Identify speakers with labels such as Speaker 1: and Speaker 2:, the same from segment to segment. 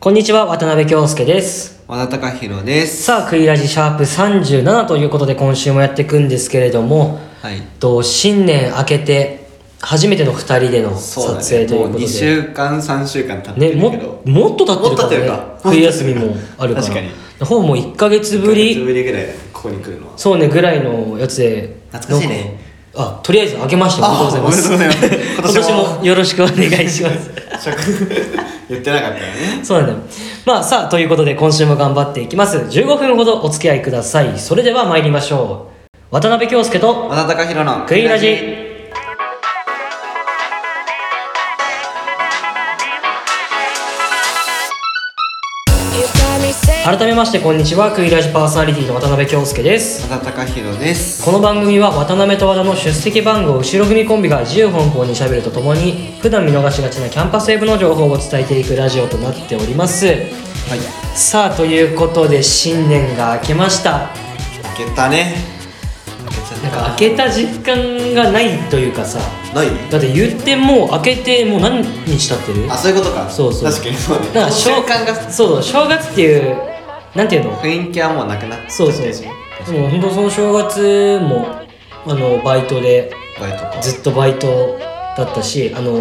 Speaker 1: こんにちは、渡辺京介です。
Speaker 2: 和田貴弘です
Speaker 1: さあ、クイラジシャープ37ということで今週もやっていくんですけれども、
Speaker 2: はい
Speaker 1: えっと新年明けて初めての2人での撮
Speaker 2: そうだ
Speaker 1: 影
Speaker 2: ね
Speaker 1: という
Speaker 2: も
Speaker 1: こ
Speaker 2: う
Speaker 1: と
Speaker 2: 2
Speaker 1: で。
Speaker 2: 週間3週間経って
Speaker 1: ね、
Speaker 2: る
Speaker 1: も
Speaker 2: けど
Speaker 1: もっと経ってるから
Speaker 2: も
Speaker 1: ね
Speaker 2: っと経ってるか
Speaker 1: 冬休みもあるから
Speaker 2: 確かに
Speaker 1: ほぼもう1ヶ月ぶ
Speaker 2: 1ヶ月
Speaker 1: り
Speaker 2: ぶりぐらいだねここに来る のは
Speaker 1: そうねぐらいのやつで
Speaker 2: 懐かしいね
Speaker 1: なんかあとりあえず明けましておめでとうございます
Speaker 2: あおめでとうご ざいます
Speaker 1: 今年も
Speaker 2: 今年
Speaker 1: よろしくお願いします
Speaker 2: 言ってなかったよね
Speaker 1: そうなんだよまあさあということで今週も頑張っていきます15分ほどお付き合いくださいそれでは参りましょう渡辺京介と
Speaker 2: 和田貴弘の
Speaker 1: クイラジ改めましてこんにちはクイラジパーソナリティの渡辺京介です
Speaker 2: 和田貴弘です
Speaker 1: この番組は渡辺と和田の出席番号後ろ組コンビが自由奔放にしゃべるとともに普段見逃しがちなキャンパスウェブの情報を伝えていくラジオとなっております
Speaker 2: はい
Speaker 1: さあということで新年が明けました
Speaker 2: 開けたね開けちゃっ
Speaker 1: な
Speaker 2: た
Speaker 1: んか明けた実感がないというかさ
Speaker 2: ない
Speaker 1: だって言ってもう明けてもう何日経ってる
Speaker 2: あそういうことか
Speaker 1: そうそう
Speaker 2: 確かにそうね
Speaker 1: だから
Speaker 2: 瞬
Speaker 1: 正
Speaker 2: 間が
Speaker 1: そう正月っていうなんていうの
Speaker 2: 雰囲気はもうなくなっちゃって
Speaker 1: そうそうそうでも本当その正月もあのバイトで
Speaker 2: バイトか
Speaker 1: ずっとバイトだったしあの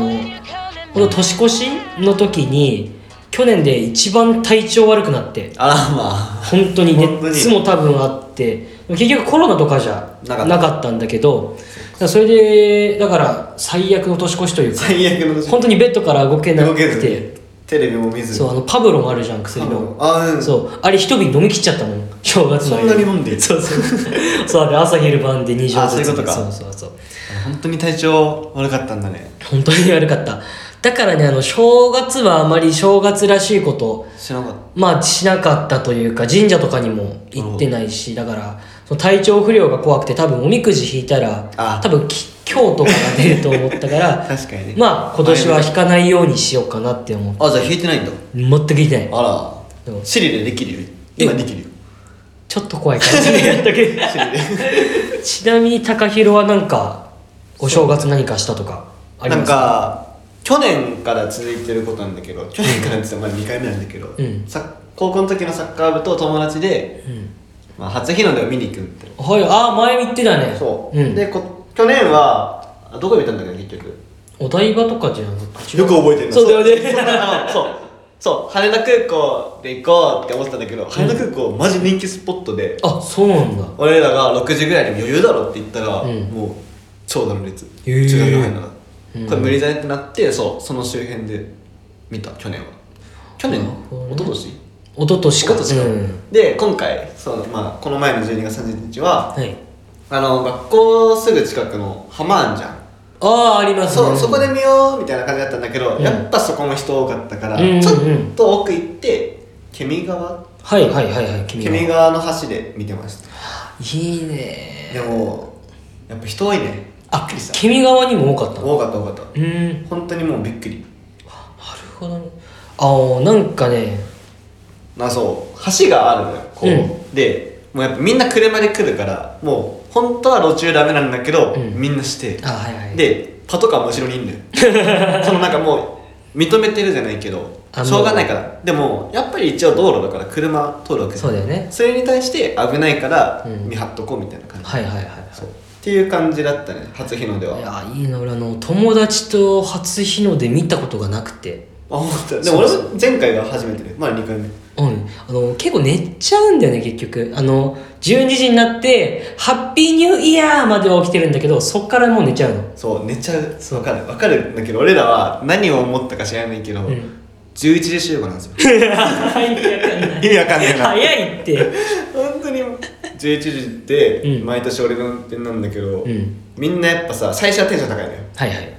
Speaker 1: この年越しの時に去年で一番体調悪くなって
Speaker 2: あらまあ
Speaker 1: 本当に
Speaker 2: 本当に
Speaker 1: 熱も多分あって結局コロナとかじゃ
Speaker 2: なかった
Speaker 1: なかったんだけどだからそれでだから最悪の年越しというか
Speaker 2: 最悪の年
Speaker 1: 本当にベッドから動けな
Speaker 2: 動
Speaker 1: く
Speaker 2: けず
Speaker 1: て
Speaker 2: テレビも見ず
Speaker 1: そうあのパブロもあるじゃん薬
Speaker 2: あ
Speaker 1: の
Speaker 2: のあうん
Speaker 1: そうあれ一瓶飲み切っちゃったもん正月の
Speaker 2: そんなに飲んで
Speaker 1: そう そうそうだから朝昼晩で2錠
Speaker 2: あそう
Speaker 1: ず
Speaker 2: い
Speaker 1: つ
Speaker 2: うことか
Speaker 1: そうそうそう
Speaker 2: 本当に体調悪かったんだね
Speaker 1: 本当に悪かっただからねあの正月はあまり正月らしいこと
Speaker 2: 知らなかった
Speaker 1: まあしなかったというか神社とかにも行ってないしだからその体調不良が怖くて多分おみくじ引いたら
Speaker 2: あ
Speaker 1: 多分き今日とかが出ると思ったから
Speaker 2: 確かにね
Speaker 1: まあ今年は引かないようにしようかなって思って
Speaker 2: あじゃあ弾いてないんだ
Speaker 1: 全く引いてない
Speaker 2: あ
Speaker 1: でも
Speaker 2: らシリでできるよ今
Speaker 1: え
Speaker 2: で きるよ
Speaker 1: ちょっと怖い感じだったけど
Speaker 2: シリで
Speaker 1: ちなみに高弘はなんかお正月何かしたとかあり
Speaker 2: な
Speaker 1: ま
Speaker 2: ん
Speaker 1: すか
Speaker 2: か去年から続いてることなんだけど去年からって言ってもまだ2回目なんだけど、
Speaker 1: うん
Speaker 2: さ高校の時のサッカー部と友達で、
Speaker 1: ん
Speaker 2: まあ、初日の出を見に行くみたい
Speaker 1: はいあ前言ってたね
Speaker 2: なそう、
Speaker 1: うん、
Speaker 2: でこ去年はあどこで見たんだっけ結局
Speaker 1: お台場とかじゃなくて
Speaker 2: よく覚えてる
Speaker 1: そうだよね
Speaker 2: ねそうそう羽田空港で行こうって思ってたんだけど、羽田空港マジ人気スポットで
Speaker 1: あそうなんだ
Speaker 2: 俺らが6時ぐらいに余裕だろって言ったら、
Speaker 1: うん
Speaker 2: もう長蛇の列
Speaker 1: へー
Speaker 2: 違うよ入んなかっ
Speaker 1: うん
Speaker 2: たこれ無理だねってなってそうその周辺で見た去年は去年
Speaker 1: なるほどね
Speaker 2: 一昨年
Speaker 1: 一昨年か
Speaker 2: 一昨年か
Speaker 1: うん
Speaker 2: で今回そう、まあ、この前の12月30日は
Speaker 1: はい
Speaker 2: あの学校すぐ近くの浜あんじゃん
Speaker 1: あああります
Speaker 2: そう
Speaker 1: ね
Speaker 2: そこで見ようみたいな感じだったんだけど、
Speaker 1: うん
Speaker 2: やっぱそこも人多かったから、
Speaker 1: うんうんうん
Speaker 2: ちょっと奥行って煙川
Speaker 1: はいはいはいはい君
Speaker 2: 煙
Speaker 1: が
Speaker 2: 川の橋で見てました
Speaker 1: いいね
Speaker 2: でもやっぱ人多いねびっ
Speaker 1: あ
Speaker 2: くりした
Speaker 1: 君側にも多かったの
Speaker 2: 多かった多かった
Speaker 1: うーんなる
Speaker 2: 本当にもうびっくり
Speaker 1: ほどねああなんかね
Speaker 2: あそう橋があるのよこう、
Speaker 1: う
Speaker 2: でもうやっぱみんな車で来るからもう本当は路中ダメなんだけど、
Speaker 1: うん
Speaker 2: みんなして
Speaker 1: あはいはい
Speaker 2: でパトカーも後ろにいん のよそのなんかもう認めてるじゃないけど
Speaker 1: あ
Speaker 2: しょうがないからでもやっぱり一応道路だから車通るわけじゃ
Speaker 1: そ
Speaker 2: ん
Speaker 1: うだよね
Speaker 2: それに対して危ないから
Speaker 1: うん
Speaker 2: 見張っとこうみたいな感じ、
Speaker 1: はいはいはいはい
Speaker 2: そうっていう感じだったね初日の出はいあ
Speaker 1: やいいな俺あの友達と初日の出見たことがなくて
Speaker 2: 本当でも俺も前回が初めてでまだ2回目
Speaker 1: うん、あの結構寝ちゃうんだよね結局あの12時になって「ハッピーニューイヤー!」までは起きてるんだけどそっからもう寝ちゃう の
Speaker 2: そう寝ちゃうそう分かる分かるんだけど俺らは何を思ったか知らないけど、
Speaker 1: うん
Speaker 2: 11時集合なんですよ
Speaker 1: 意味わかんない
Speaker 2: 意味わかんないな
Speaker 1: 早いって
Speaker 2: 本当に11時って
Speaker 1: うん
Speaker 2: 毎年俺の運転なんだけど、
Speaker 1: うん
Speaker 2: みんなやっぱさ最初はテンション高いのよ
Speaker 1: はいはい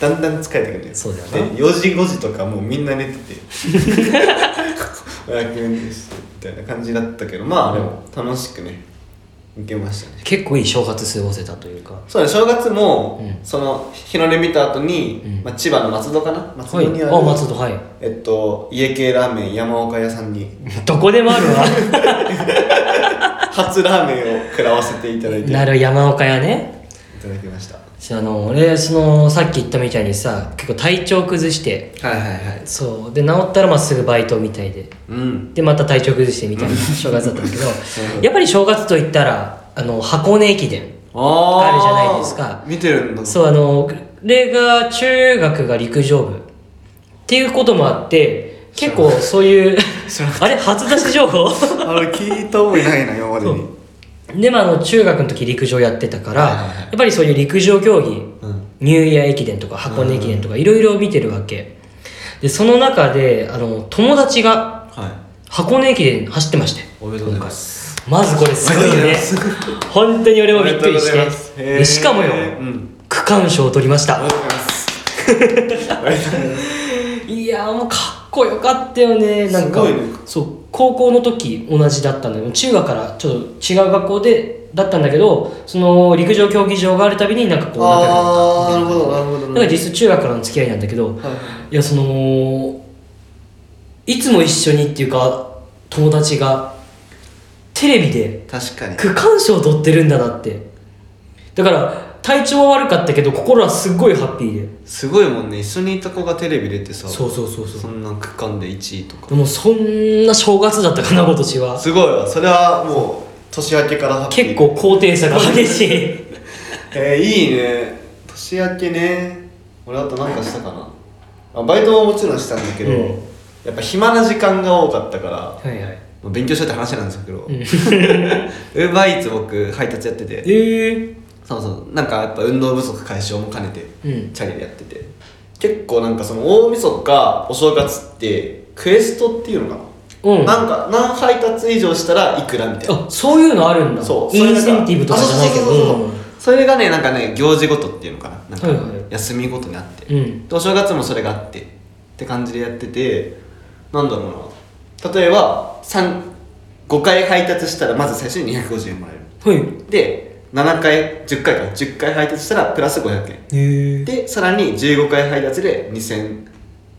Speaker 2: だんだん疲れてくるのよ
Speaker 1: そうだよな
Speaker 2: で4時5時とかもうみんな寝てて早く運転してみたいな感じだったけどまあでも楽しくね行けましたね
Speaker 1: 結構いい正月過ごせたというか
Speaker 2: そうだね正月も、
Speaker 1: うん
Speaker 2: その日の出見た後に、
Speaker 1: うん
Speaker 2: まあ、千葉の松戸かな松戸
Speaker 1: はい
Speaker 2: にある、
Speaker 1: あ松戸はい
Speaker 2: えっと、家系ラーメン山岡屋さんに
Speaker 1: どこでもあるわ
Speaker 2: 初ラーメンを食らわせていただいて
Speaker 1: なる山岡屋ね
Speaker 2: ただきました
Speaker 1: そうあの俺そのさっき言ったみたいにさ結構体調崩して
Speaker 2: はいはいはい
Speaker 1: そうで治ったらまっすぐバイトみたいで
Speaker 2: うん
Speaker 1: でまた体調崩してみたいな正月だったんだ けどやっぱり正月といったらあの箱根駅伝
Speaker 2: あー
Speaker 1: あるじゃないですか
Speaker 2: 見てるんだ
Speaker 1: そうあの俺が中学が陸上部っていうこともあって結構そういう あれ初出し情 報
Speaker 2: あれ聞いた覚えないな今までに
Speaker 1: でもあの中学の時陸上やってたから、
Speaker 2: はいはいはい
Speaker 1: やっぱりそういう陸上競技
Speaker 2: うん
Speaker 1: ニューイヤー駅伝とか箱根駅伝とかいろいろ見てるわけでその中であの友達が
Speaker 2: は
Speaker 1: 箱根駅伝走ってまして
Speaker 2: いおめでとうございます
Speaker 1: まずこれすごい
Speaker 2: おめでとうござい
Speaker 1: ね
Speaker 2: ます
Speaker 1: 本当に俺もびっくりし
Speaker 2: おめでとうございます
Speaker 1: て
Speaker 2: へー
Speaker 1: でしかもよ、
Speaker 2: うん
Speaker 1: 区間賞を取りまし
Speaker 2: お
Speaker 1: た
Speaker 2: めでとうございます
Speaker 1: いやーもうかっこよかったよねなんか
Speaker 2: すごいね
Speaker 1: そう高校の時同じだったんだけど中学からちょっと違う学校でだったんだけどその陸上競技場があるたびになんかこう仲良く
Speaker 2: あーな
Speaker 1: な
Speaker 2: る
Speaker 1: った
Speaker 2: ほ
Speaker 1: みたい
Speaker 2: どなるほど
Speaker 1: だから実質中学からの付き合いなんだけど、
Speaker 2: はい
Speaker 1: いやそのいつも一緒にっていうか友達がテレビで
Speaker 2: 確かに
Speaker 1: 区間賞を取ってるんだなってだから体調は悪かったけど心はすっごいハッピーです
Speaker 2: ごいもんね一緒にいた子がテレビ出てさ
Speaker 1: そうそうそうそ
Speaker 2: そんな区間で1位とか
Speaker 1: うでもそんな正月だったかな今年は
Speaker 2: すごいわそれはもう年明けからハッピー
Speaker 1: 結構高低差が激しい
Speaker 2: えー、いいね年明けね俺あとなんかしたかなあバイトももちろんしたんだけど、
Speaker 1: うん
Speaker 2: やっぱ暇な時間が多かったから
Speaker 1: はいはい
Speaker 2: まあ勉強しようって話なんですけど、ウ
Speaker 1: ん
Speaker 2: ーバーイーツ僕配達やってて
Speaker 1: ええ
Speaker 2: そうそうなんかやっぱ運動不足解消も兼ねて、
Speaker 1: うん
Speaker 2: チャリでやってて結構なんかその大晦日かお正月ってクエストっていうのかな、
Speaker 1: うん
Speaker 2: なんか何配達以上したらいくらみたいな
Speaker 1: あそういうのあるんだ
Speaker 2: そう
Speaker 1: イ
Speaker 2: それ
Speaker 1: ン
Speaker 2: が
Speaker 1: センティブとかじゃないけど
Speaker 2: あそうそうそうそうそれがねなんかね行事ごとっていうのかななんか
Speaker 1: はいはい
Speaker 2: 休みごとにあって、
Speaker 1: うんうん
Speaker 2: でお正月もそれがあってって感じでやっててなんだろうな例えば5回配達したらまず最初に250円もらえ
Speaker 1: は
Speaker 2: る
Speaker 1: い
Speaker 2: で7回10回か10回配達したらプラス500円
Speaker 1: ええ
Speaker 2: でさらに15回配達で2000、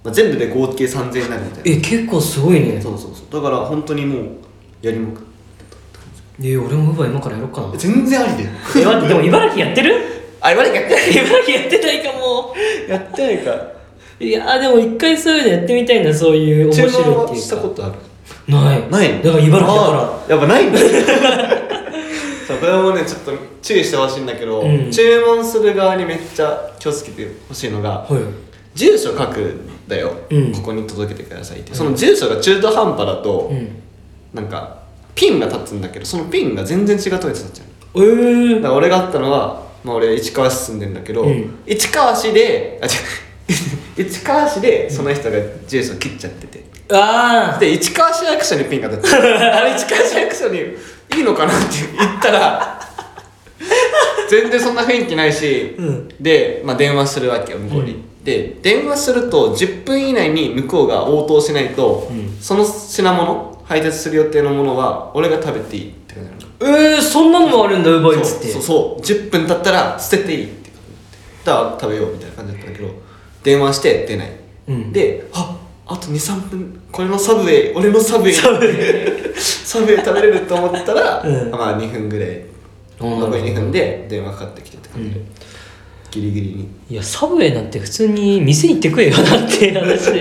Speaker 2: まあ、全部で合計3000円になるみたい
Speaker 1: え
Speaker 2: な
Speaker 1: 結構すごいね
Speaker 2: そうそうそうだから本当にもうやりまくっ
Speaker 1: え俺もウーバー今からやろうかな
Speaker 2: 全然ありだよ
Speaker 1: え待ってでも茨城やってる
Speaker 2: あれまでやって
Speaker 1: 茨城やってないかも
Speaker 2: やってないか
Speaker 1: いやーでも一回そういうのやってみたいなそういう面白
Speaker 2: 注
Speaker 1: いって
Speaker 2: 文はし
Speaker 1: いう
Speaker 2: た
Speaker 1: か
Speaker 2: ことある
Speaker 1: ない
Speaker 2: ない
Speaker 1: だから茨城だから
Speaker 2: らやっぱないんだ そうこれもねちょっと注意してほしいんだけど、
Speaker 1: うん
Speaker 2: 注文する側にめっちゃ気をつけてほしいのが
Speaker 1: はい
Speaker 2: 住所書くんだよ、
Speaker 1: うん
Speaker 2: ここに届けてくださいって、その住所が中途半端だと、
Speaker 1: うん
Speaker 2: なんかピンが立つんだけどそのピンが全然違うとこに立っちゃ
Speaker 1: え
Speaker 2: う
Speaker 1: ー、
Speaker 2: だから俺があったのは、まあ、俺市川市住んでんだけど、
Speaker 1: うん
Speaker 2: 市川市であ違う 市川市でその人が住所切っちゃってて、
Speaker 1: あ
Speaker 2: で市川市役所にピンが立ってるあれ市川市役所にいいのかなって言ったら全然そんな雰囲気ないし、
Speaker 1: うん
Speaker 2: で、まあ、電話するわけよ向こうに、
Speaker 1: う
Speaker 2: で電話すると10分以内に向こうが応答しないと、
Speaker 1: うん
Speaker 2: その品物配達する予定のものは俺が食べていいって感じなの
Speaker 1: ーえー、そんなのもあるんだウーバーイーツって
Speaker 2: そうそうそう10分経ったら捨てていいってだから食べようみたいな感じだったんだけど電話して出ない、
Speaker 1: うん
Speaker 2: でああと23分これのサブウェイ俺のサブウェイサブウェイ食べれると思ったら、
Speaker 1: うん
Speaker 2: まあ2分ぐらい
Speaker 1: あー
Speaker 2: 残り2分で電話かかってきてって感じで、
Speaker 1: うん
Speaker 2: ギリギリに
Speaker 1: いやサブウェイなんて普通に店行ってくれよなっていう話で
Speaker 2: そう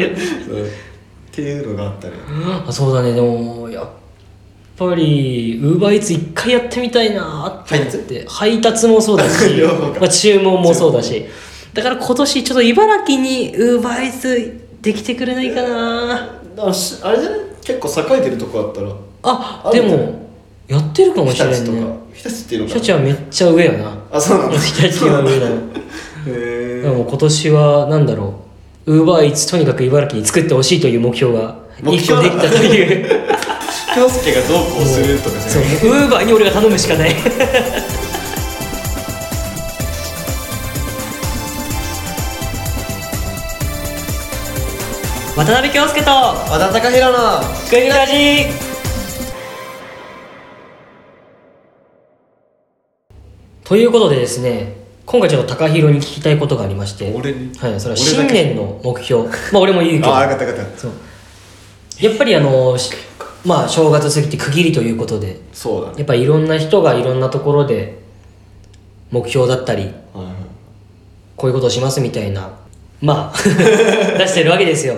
Speaker 2: っていうのがあったね
Speaker 1: あそうだねでもやっぱりウーバーイーツ一回やってみたいなって思って配達もそうだ し、
Speaker 2: 両方か
Speaker 1: まあ、注文もそうだしだから今年ちょっと茨城にウーバーイーツできてくれないかな
Speaker 2: だからしあれじゃない結構栄えてるとこあったら
Speaker 1: あ
Speaker 2: あ
Speaker 1: で
Speaker 2: るじゃん
Speaker 1: もやってるかもし
Speaker 2: 日
Speaker 1: れない
Speaker 2: 立とか
Speaker 1: ね
Speaker 2: 日立っていうの
Speaker 1: 日
Speaker 2: かな
Speaker 1: 立はめっちゃ上やな
Speaker 2: あそうなの
Speaker 1: 日立は上だよ
Speaker 2: へ
Speaker 1: でも今年は何だろうウーバーイーツとにかく茨城に作ってほしいという目標が
Speaker 2: 目
Speaker 1: 一個
Speaker 2: 標
Speaker 1: で
Speaker 2: な
Speaker 1: き
Speaker 2: ん
Speaker 1: た
Speaker 2: だ
Speaker 1: という
Speaker 2: 京介がどうこうするとかじ
Speaker 1: そ
Speaker 2: ゃ
Speaker 1: う
Speaker 2: ない
Speaker 1: ウーバーに俺が頼むしかない 渡辺京介と
Speaker 2: 和田貴弘の
Speaker 1: グリラジということでですね今回ちょっと高弘に聞きたいことがありまして
Speaker 2: 俺に
Speaker 1: はい、それは
Speaker 2: 俺だ
Speaker 1: 新
Speaker 2: け
Speaker 1: 年の目標まあ俺も言うけど
Speaker 2: ああよかったよかった
Speaker 1: そうやっぱりあのしまあ正月過ぎて区切りということで
Speaker 2: そうだね
Speaker 1: やっぱりいろんな人がいろんなところで目標だったり
Speaker 2: はいはい
Speaker 1: こういうことをしますみたいなまあ 出してるわけですよ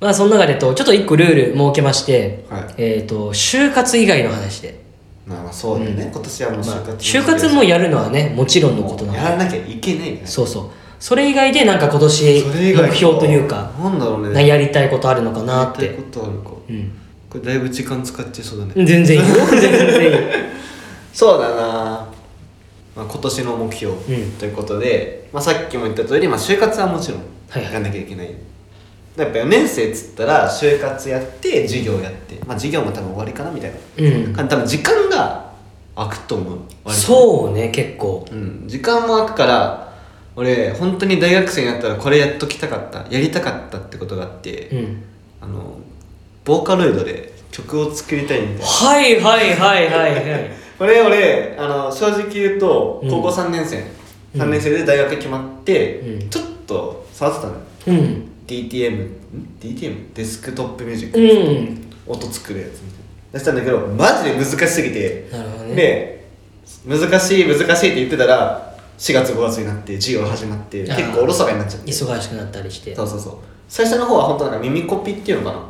Speaker 1: まあその中でとちょっと1個ルール設けまして、
Speaker 2: はい
Speaker 1: えっ、と就活以外の話で、
Speaker 2: まあまあそうだよね、今年はもう
Speaker 1: ま
Speaker 2: 就
Speaker 1: あ
Speaker 2: 活、
Speaker 1: 就活もやるのはねもちろんのことなの
Speaker 2: やらなきゃいけないんだよ
Speaker 1: そうそうそれ以外でなんか今年
Speaker 2: それ以外か
Speaker 1: 目標というか
Speaker 2: なんだろう
Speaker 1: な
Speaker 2: ね
Speaker 1: やりたいことあるのかなっ
Speaker 2: やりた
Speaker 1: て
Speaker 2: いことあるか
Speaker 1: うん
Speaker 2: これだいぶ時間使っちゃいそうだね、
Speaker 1: 全然いいよ全然いい
Speaker 2: そうだな、まあ、今年の目標
Speaker 1: うん
Speaker 2: ということで、まあ、さっきも言った通り、まあ、就活はもちろん
Speaker 1: はいはい
Speaker 2: やんなきゃいけない、やっぱ4年生っつったら就活やって授業やって、まあ、授業も多分終わりかなみたい
Speaker 1: うん
Speaker 2: な、多分時間が空くと思う割と
Speaker 1: そうね結構
Speaker 2: うん、時間も空くから俺本当に大学生になったらこれやっときたかったやりたかったってことがあって、
Speaker 1: うん
Speaker 2: あのボーカロイドで曲を作りたいみたいな
Speaker 1: はいはいはいはいはい
Speaker 2: これ俺あの正直言うと
Speaker 1: うん
Speaker 2: 高校3年生、
Speaker 1: うん
Speaker 2: 3年生で大学決まって、
Speaker 1: うん
Speaker 2: ちょっと触ってたのよ
Speaker 1: うん
Speaker 2: DTM ん DTM デスクトップミュージック、
Speaker 1: うん
Speaker 2: 音作るやつみたいなしたんだけどマジで難しすぎて
Speaker 1: なるほどね
Speaker 2: で難しい難しいって言ってたら4月5月になって授業始まって
Speaker 1: あー
Speaker 2: 結構おろそかになっちゃって
Speaker 1: 忙しくなったりして
Speaker 2: そうそうそう最初の方は本当なんか耳コピっていうのかな、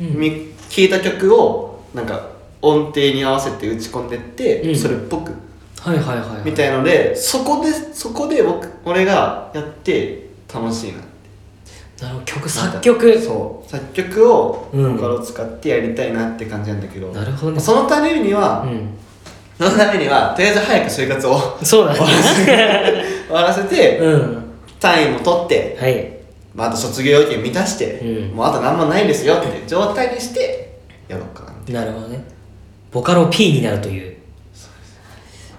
Speaker 1: うん
Speaker 2: み聞いた曲をなんか音程に合わせて打ち込んでって、
Speaker 1: うん
Speaker 2: それっぽく
Speaker 1: はいはいはいはい
Speaker 2: みたいのでそこでそこで僕俺がやって楽しいなって
Speaker 1: なるほど曲作曲
Speaker 2: そう作曲をボ
Speaker 1: うん
Speaker 2: カロ使ってやりたいなって感じなんだけど、
Speaker 1: なるほどね
Speaker 2: そのためには、
Speaker 1: うん
Speaker 2: そのためにはとりあえず早く就活を
Speaker 1: そうだね
Speaker 2: 終わらせて、
Speaker 1: うん
Speaker 2: 単位も取って、
Speaker 1: はい
Speaker 2: まあ、あと卒業要件満たして、
Speaker 1: うん
Speaker 2: もうあと何もないですよって状態にしてやろうかなって
Speaker 1: なるほどねボカロ P になるという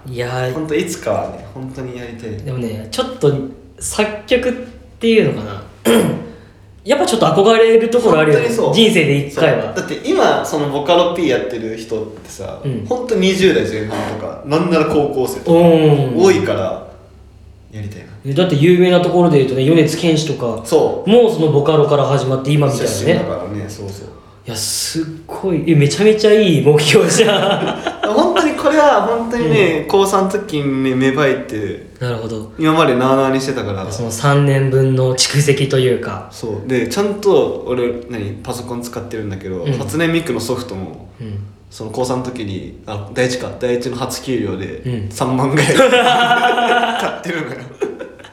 Speaker 1: いやー
Speaker 2: 本当いつかはね本当にやりたい
Speaker 1: でもねちょっと作曲っていうのかな やっぱちょっと憧れるところあるよね
Speaker 2: 本当にそう
Speaker 1: 人生で一回は
Speaker 2: そうだって今そのボカロ P やってる人ってさ、
Speaker 1: うん
Speaker 2: 本当20代前半とかなんなら高校生とか
Speaker 1: お
Speaker 2: 多いからやりたいな
Speaker 1: おだって有名なところで言うとね米津玄師とか
Speaker 2: そ
Speaker 1: もうそのボカロから始まって今
Speaker 2: う
Speaker 1: みたいな
Speaker 2: 出身だ
Speaker 1: ね
Speaker 2: からねそうそう
Speaker 1: いやすっごいえめちゃめちゃいい目標じゃん
Speaker 2: 本当にこれは本当にね、高3の時にね芽生えて
Speaker 1: なるほど
Speaker 2: 今までなあなあにしてたから
Speaker 1: その3年分の蓄積というか
Speaker 2: そうでちゃんと俺何パソコン使ってるんだけど、
Speaker 1: うん
Speaker 2: 初音ミクのソフトも
Speaker 1: うん
Speaker 2: その高3の時にあ第一か第一の初給料で
Speaker 1: うん
Speaker 2: 3万ぐらい、 買ってるのよ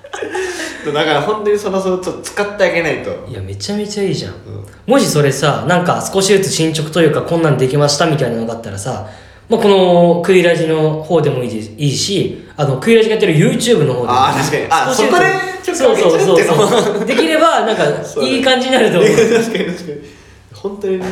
Speaker 2: だから本当にそのそのちょっと使ってあげないと、
Speaker 1: いやめちゃめちゃいいじゃん
Speaker 2: うん
Speaker 1: もしそれさなんか少しずつ進捗というかこんなんできましたみたいなのがあったらさ、まあ、このクイラジの方でもいいしいいしあのクイラジがやってる YouTube の方でも
Speaker 2: あー確かに
Speaker 1: 少
Speaker 2: あ
Speaker 1: しずつ
Speaker 2: そこで曲上げちゃうっていう
Speaker 1: そ
Speaker 2: の
Speaker 1: うそうそうそうできればなん
Speaker 2: そ
Speaker 1: か
Speaker 2: うだね
Speaker 1: いい感じになると 思う
Speaker 2: 確かに確かに本当にね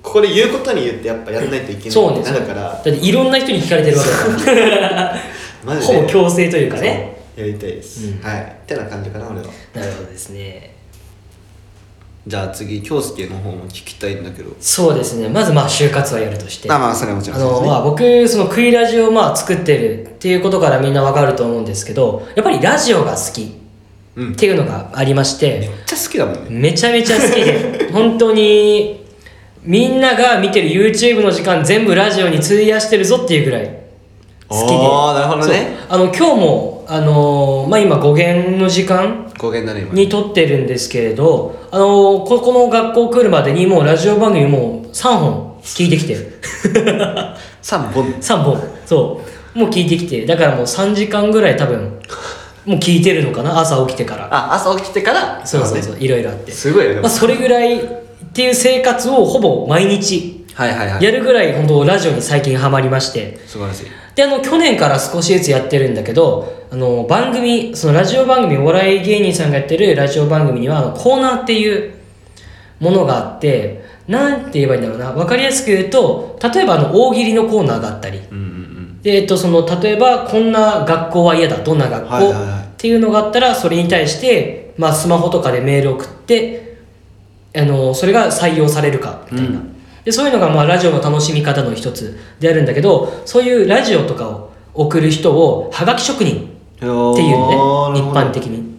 Speaker 2: ここで言うことに言ってやっぱやんないといけ
Speaker 1: そう
Speaker 2: ない
Speaker 1: ね
Speaker 2: ってなるから、
Speaker 1: だっていろんな人に聞かれてるわけだから
Speaker 2: マジ
Speaker 1: ほ
Speaker 2: で
Speaker 1: ぼ強制というかね
Speaker 2: そうやりたいです、
Speaker 1: うん
Speaker 2: はいってな感じかな俺は
Speaker 1: なるほどですね
Speaker 2: じゃあ次京介の方も聞きたいんだけど
Speaker 1: そうですねまずまあ就活はやるとして
Speaker 2: あまあそれはもちろ
Speaker 1: あ
Speaker 2: んそうで
Speaker 1: の
Speaker 2: すね
Speaker 1: まあ、僕そのクイラジをまあ作ってるっていうことからみんなわかると思うんですけどやっぱりラジオが好き
Speaker 2: うん
Speaker 1: っていうのがありまして
Speaker 2: めっちゃ好きだもんね
Speaker 1: めちゃめちゃ好き で本当にみんなが見てる YouTube の時間全部ラジオに費やしてるぞっていうぐらい好きで
Speaker 2: あーなるほどね
Speaker 1: そうあの今日も、あのーまあ、今語源の時間
Speaker 2: 語源だね今
Speaker 1: に撮ってるんですけれど、あのーここの学校来るまでにもうラジオ番組もう3本聞いてきてる
Speaker 2: 3本
Speaker 1: 3本そうもう聞いてきてだからもう3時間ぐらい多分もう聞いてるのかな朝起きてから
Speaker 2: あ朝起きてから
Speaker 1: そうそう
Speaker 2: あ
Speaker 1: そういろいろあっ
Speaker 2: ね
Speaker 1: て、
Speaker 2: すごいねで
Speaker 1: ま
Speaker 2: も
Speaker 1: あ、それぐらいっていう生活をほぼ毎日
Speaker 2: はいはいはい
Speaker 1: やるぐらい本当ラジオに最近ハマりまして
Speaker 2: 素晴らしい
Speaker 1: であの去年から少しずつやってるんだけどあの番組そのラジオ番組お笑い芸人さんがやってるラジオ番組にはあのコーナーっていうものがあってなんて言えばいいんだろうな分かりやすく言うと例えばあの大喜利のコーナーがあったり
Speaker 2: うんうんうん
Speaker 1: で、えっと、その例えばこんな学校は嫌だどんな学校、
Speaker 2: はいはいはい
Speaker 1: っていうのがあったらそれに対して、まあ、スマホとかでメール送ってあのそれが採用されるかみたいな、でそういうのがまあラジオの楽しみ方の一つであるんだけどそういうラジオとかを送る人をはがき職人
Speaker 2: っていうの
Speaker 1: っていうのね一般的に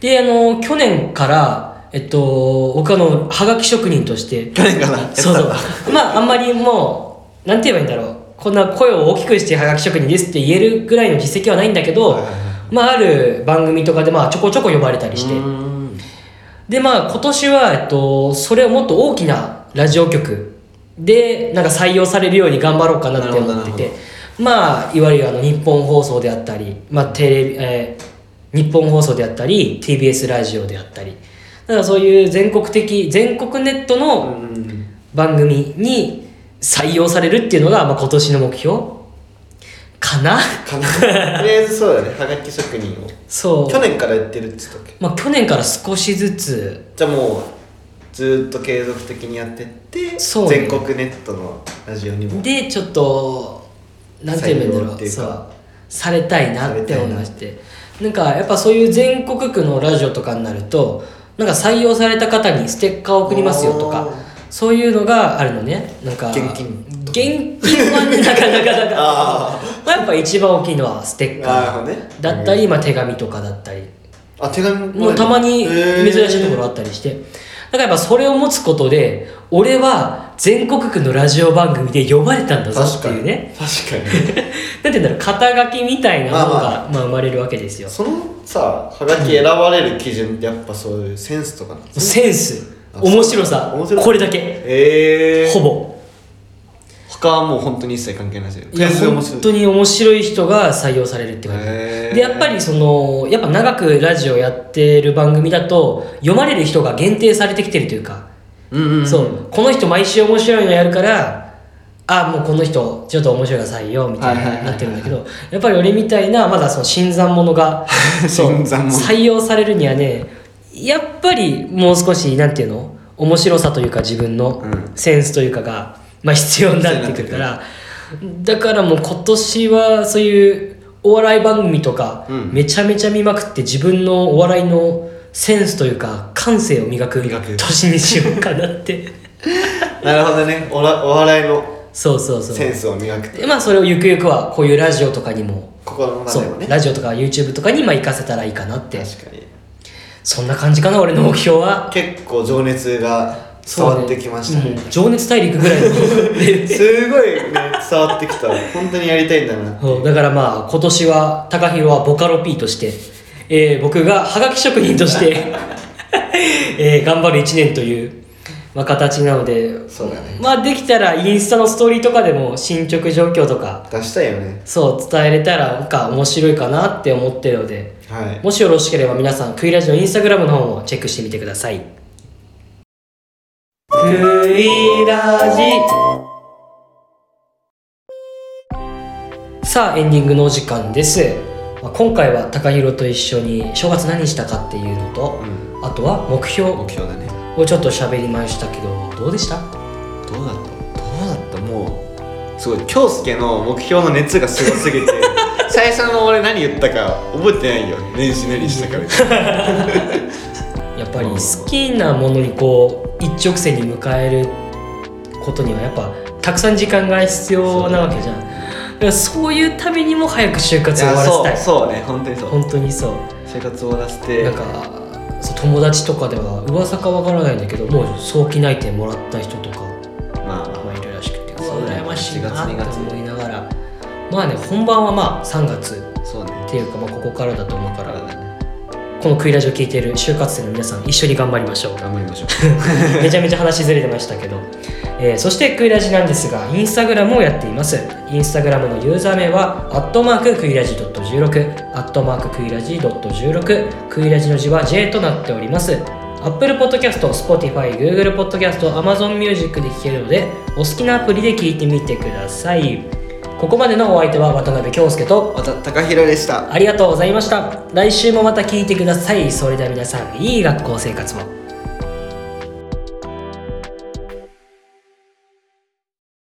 Speaker 1: であの去年からえっと僕あのはがき職人として
Speaker 2: 去年からやってたん
Speaker 1: そう
Speaker 2: だ
Speaker 1: そうまああんまりもうなんて言えばいいんだろうこんな声を大きくしてハガキ職人ですって言えるぐらいの実績はないんだけど、
Speaker 2: はいはいはい
Speaker 1: まあ、ある番組とかでまあちょこちょこ呼ばれたりして、
Speaker 2: うーん
Speaker 1: でまあ今年は、えっと、それをもっと大きなラジオ局でなんか採用されるように頑張ろうかなって
Speaker 2: なる
Speaker 1: 思っ
Speaker 2: ほ
Speaker 1: て
Speaker 2: どなる
Speaker 1: てまあいわゆるあの日本放送であったり、まあテレビえー日本放送であったり TBS ラジオであったりだからそういう全国的全国ネット
Speaker 2: う
Speaker 1: の
Speaker 2: ん
Speaker 1: 番組に採用されるっていうのが、まあ、今年の目標かな
Speaker 2: かなとりあえずそうだねはがき職人を
Speaker 1: そう
Speaker 2: 去年からやってるっつったっけ
Speaker 1: まあ、去年から少しずつ
Speaker 2: じゃあもうずーっと継続的にやってって
Speaker 1: そうね
Speaker 2: 全国ネットのラジオにも
Speaker 1: でちょっとなんて言えばいいんだ
Speaker 2: 採用
Speaker 1: ろ
Speaker 2: っ
Speaker 1: う
Speaker 2: ていうか
Speaker 1: そうされたいなって
Speaker 2: された
Speaker 1: 思
Speaker 2: い
Speaker 1: い
Speaker 2: な
Speaker 1: ましてなんかやっぱそういう全国区のラジオとかになるとなんか採用された方にステッカーを送りますよと
Speaker 2: あ
Speaker 1: か
Speaker 2: ー
Speaker 1: そういうのがあるのねなんか
Speaker 2: 現金
Speaker 1: 現金はねなかなかなか
Speaker 2: あ
Speaker 1: まあやっぱ一番大きいのはステッ
Speaker 2: なるほ
Speaker 1: カ
Speaker 2: どね
Speaker 1: ーだったり、まあ、手紙とかだったり
Speaker 2: あ手紙
Speaker 1: もうたまに珍しいところ
Speaker 2: あ
Speaker 1: あったりして、だからやっぱそれを持つことで俺は全国区のラジオ番組で呼ばれたんだぞ
Speaker 2: 確
Speaker 1: って
Speaker 2: か
Speaker 1: いう
Speaker 2: に
Speaker 1: ね
Speaker 2: 確かに
Speaker 1: なんて言うんだろう肩書きみたいなものが、
Speaker 2: まあ
Speaker 1: まあ生まれるわけですよ
Speaker 2: そのさはがき選ばれる基準ってやっぱそういうセンスとかなんですね
Speaker 1: センス
Speaker 2: あ
Speaker 1: 面白さ
Speaker 2: 面白い
Speaker 1: これだけ
Speaker 2: ええー、
Speaker 1: ほぼ
Speaker 2: 他はもう本当に一切関係ないですよ
Speaker 1: いや本当に面白い人が採用されるって感じ
Speaker 2: へー
Speaker 1: でやっぱりそのやっぱ長くラジオやってる番組だと読まれる人が限定されてきてるというか
Speaker 2: うんうんん
Speaker 1: そうこの人毎週面白いのやるからあもうこの人ちょっと面白いの採用みたい
Speaker 2: はいはいはい
Speaker 1: に
Speaker 2: はい
Speaker 1: なってるんだけどやっぱり俺みたいなまだその新参者 がそう
Speaker 2: 新参者
Speaker 1: 採用されるにはねやっぱりもう少しなんていうの面白さというか自分の
Speaker 2: うん
Speaker 1: センスというかが、まあ、必要になってくるからだからもう今年はそういうお笑い番組とか
Speaker 2: うん
Speaker 1: めちゃめちゃ見まくって自分のお笑いのセンスというか感性を磨く
Speaker 2: 磨く
Speaker 1: 年にしようかなって
Speaker 2: なるほどねおらお笑いの
Speaker 1: そうそうそう
Speaker 2: センスを磨くと
Speaker 1: でまあそれをゆくゆくはこういうラジオとかにも
Speaker 2: 心の中
Speaker 1: そ
Speaker 2: でも
Speaker 1: う
Speaker 2: ね
Speaker 1: ラジオとか YouTube とかにまあ行かせたらいいかなって
Speaker 2: 確かに
Speaker 1: そんな感じかな俺の目標は
Speaker 2: 結構情熱が伝わってきましたね
Speaker 1: うん情熱大陸ぐらいの です
Speaker 2: ごいね伝わってきた本当にやりたいんだな
Speaker 1: そうだからまあ今年は高弘はボカロ P として、えー僕がハガキ職人として、 えー頑張る1年という、まあ、形なので
Speaker 2: そうだね
Speaker 1: まあできたらインスタのストーリーとかでも進捗状況とか
Speaker 2: 出したいよね
Speaker 1: そう伝えれたらなんか面白いかなって思ってるので
Speaker 2: はい
Speaker 1: もしよろしければ皆さんクイラジのインスタグラムの方もチェックしてみてくださいクイラジさあエンディングのお時間ですまあ今回は高弘と一緒に正月何したかっていうのと
Speaker 2: う
Speaker 1: あとは目標を
Speaker 2: 目標だね
Speaker 1: ちょっと喋りましたけどどうでした
Speaker 2: どうだったどうだったもうすごい京介の目標の熱がすごすぎ て最初の俺何言ったか覚えてないよ年始何したかみたいな
Speaker 1: やっぱり好きなものにこう一直線に向かえることにはやっぱたくさん時間が必要なわけじゃんだからそういうためにも早く就活を終わ
Speaker 2: そう
Speaker 1: らせたい
Speaker 2: そうね本当にそう
Speaker 1: 本当にそう
Speaker 2: 生活終わらせて
Speaker 1: なんかそう友達とかでは噂かわからないんだけどもう早期内定もらった人とか
Speaker 2: まあまあ
Speaker 1: ま
Speaker 2: ま
Speaker 1: あいるらしくて
Speaker 2: そうだね
Speaker 1: 羨ましい
Speaker 2: 1
Speaker 1: な
Speaker 2: 月
Speaker 1: って
Speaker 2: 2月
Speaker 1: 思いながらまあね本番はまあ3月
Speaker 2: あそうね
Speaker 1: っていうかまあここからだと思うか
Speaker 2: だから
Speaker 1: ら
Speaker 2: だね
Speaker 1: この「クイラジ」を聞いている就活生の皆さん一緒に頑張りましょう。
Speaker 2: 頑張りましょ う
Speaker 1: めちゃめちゃ話ずれてましたけど、えーそしてクイラジなんですがインスタグラムをやっていますインスタグラムのユーザー名はアットマーククイラジ .16 アットマーククイラジ .16 クイラジの字は J となっております Apple Podcast、Spotify、Google Podcast、Amazon Music で聴けるのでお好きなアプリで聴いてみてくださいここまでのお相手は渡辺京介と
Speaker 2: また高弘でした
Speaker 1: ありがとうございました来週もまた聴いてくださいそれでは皆さんいい学校生活を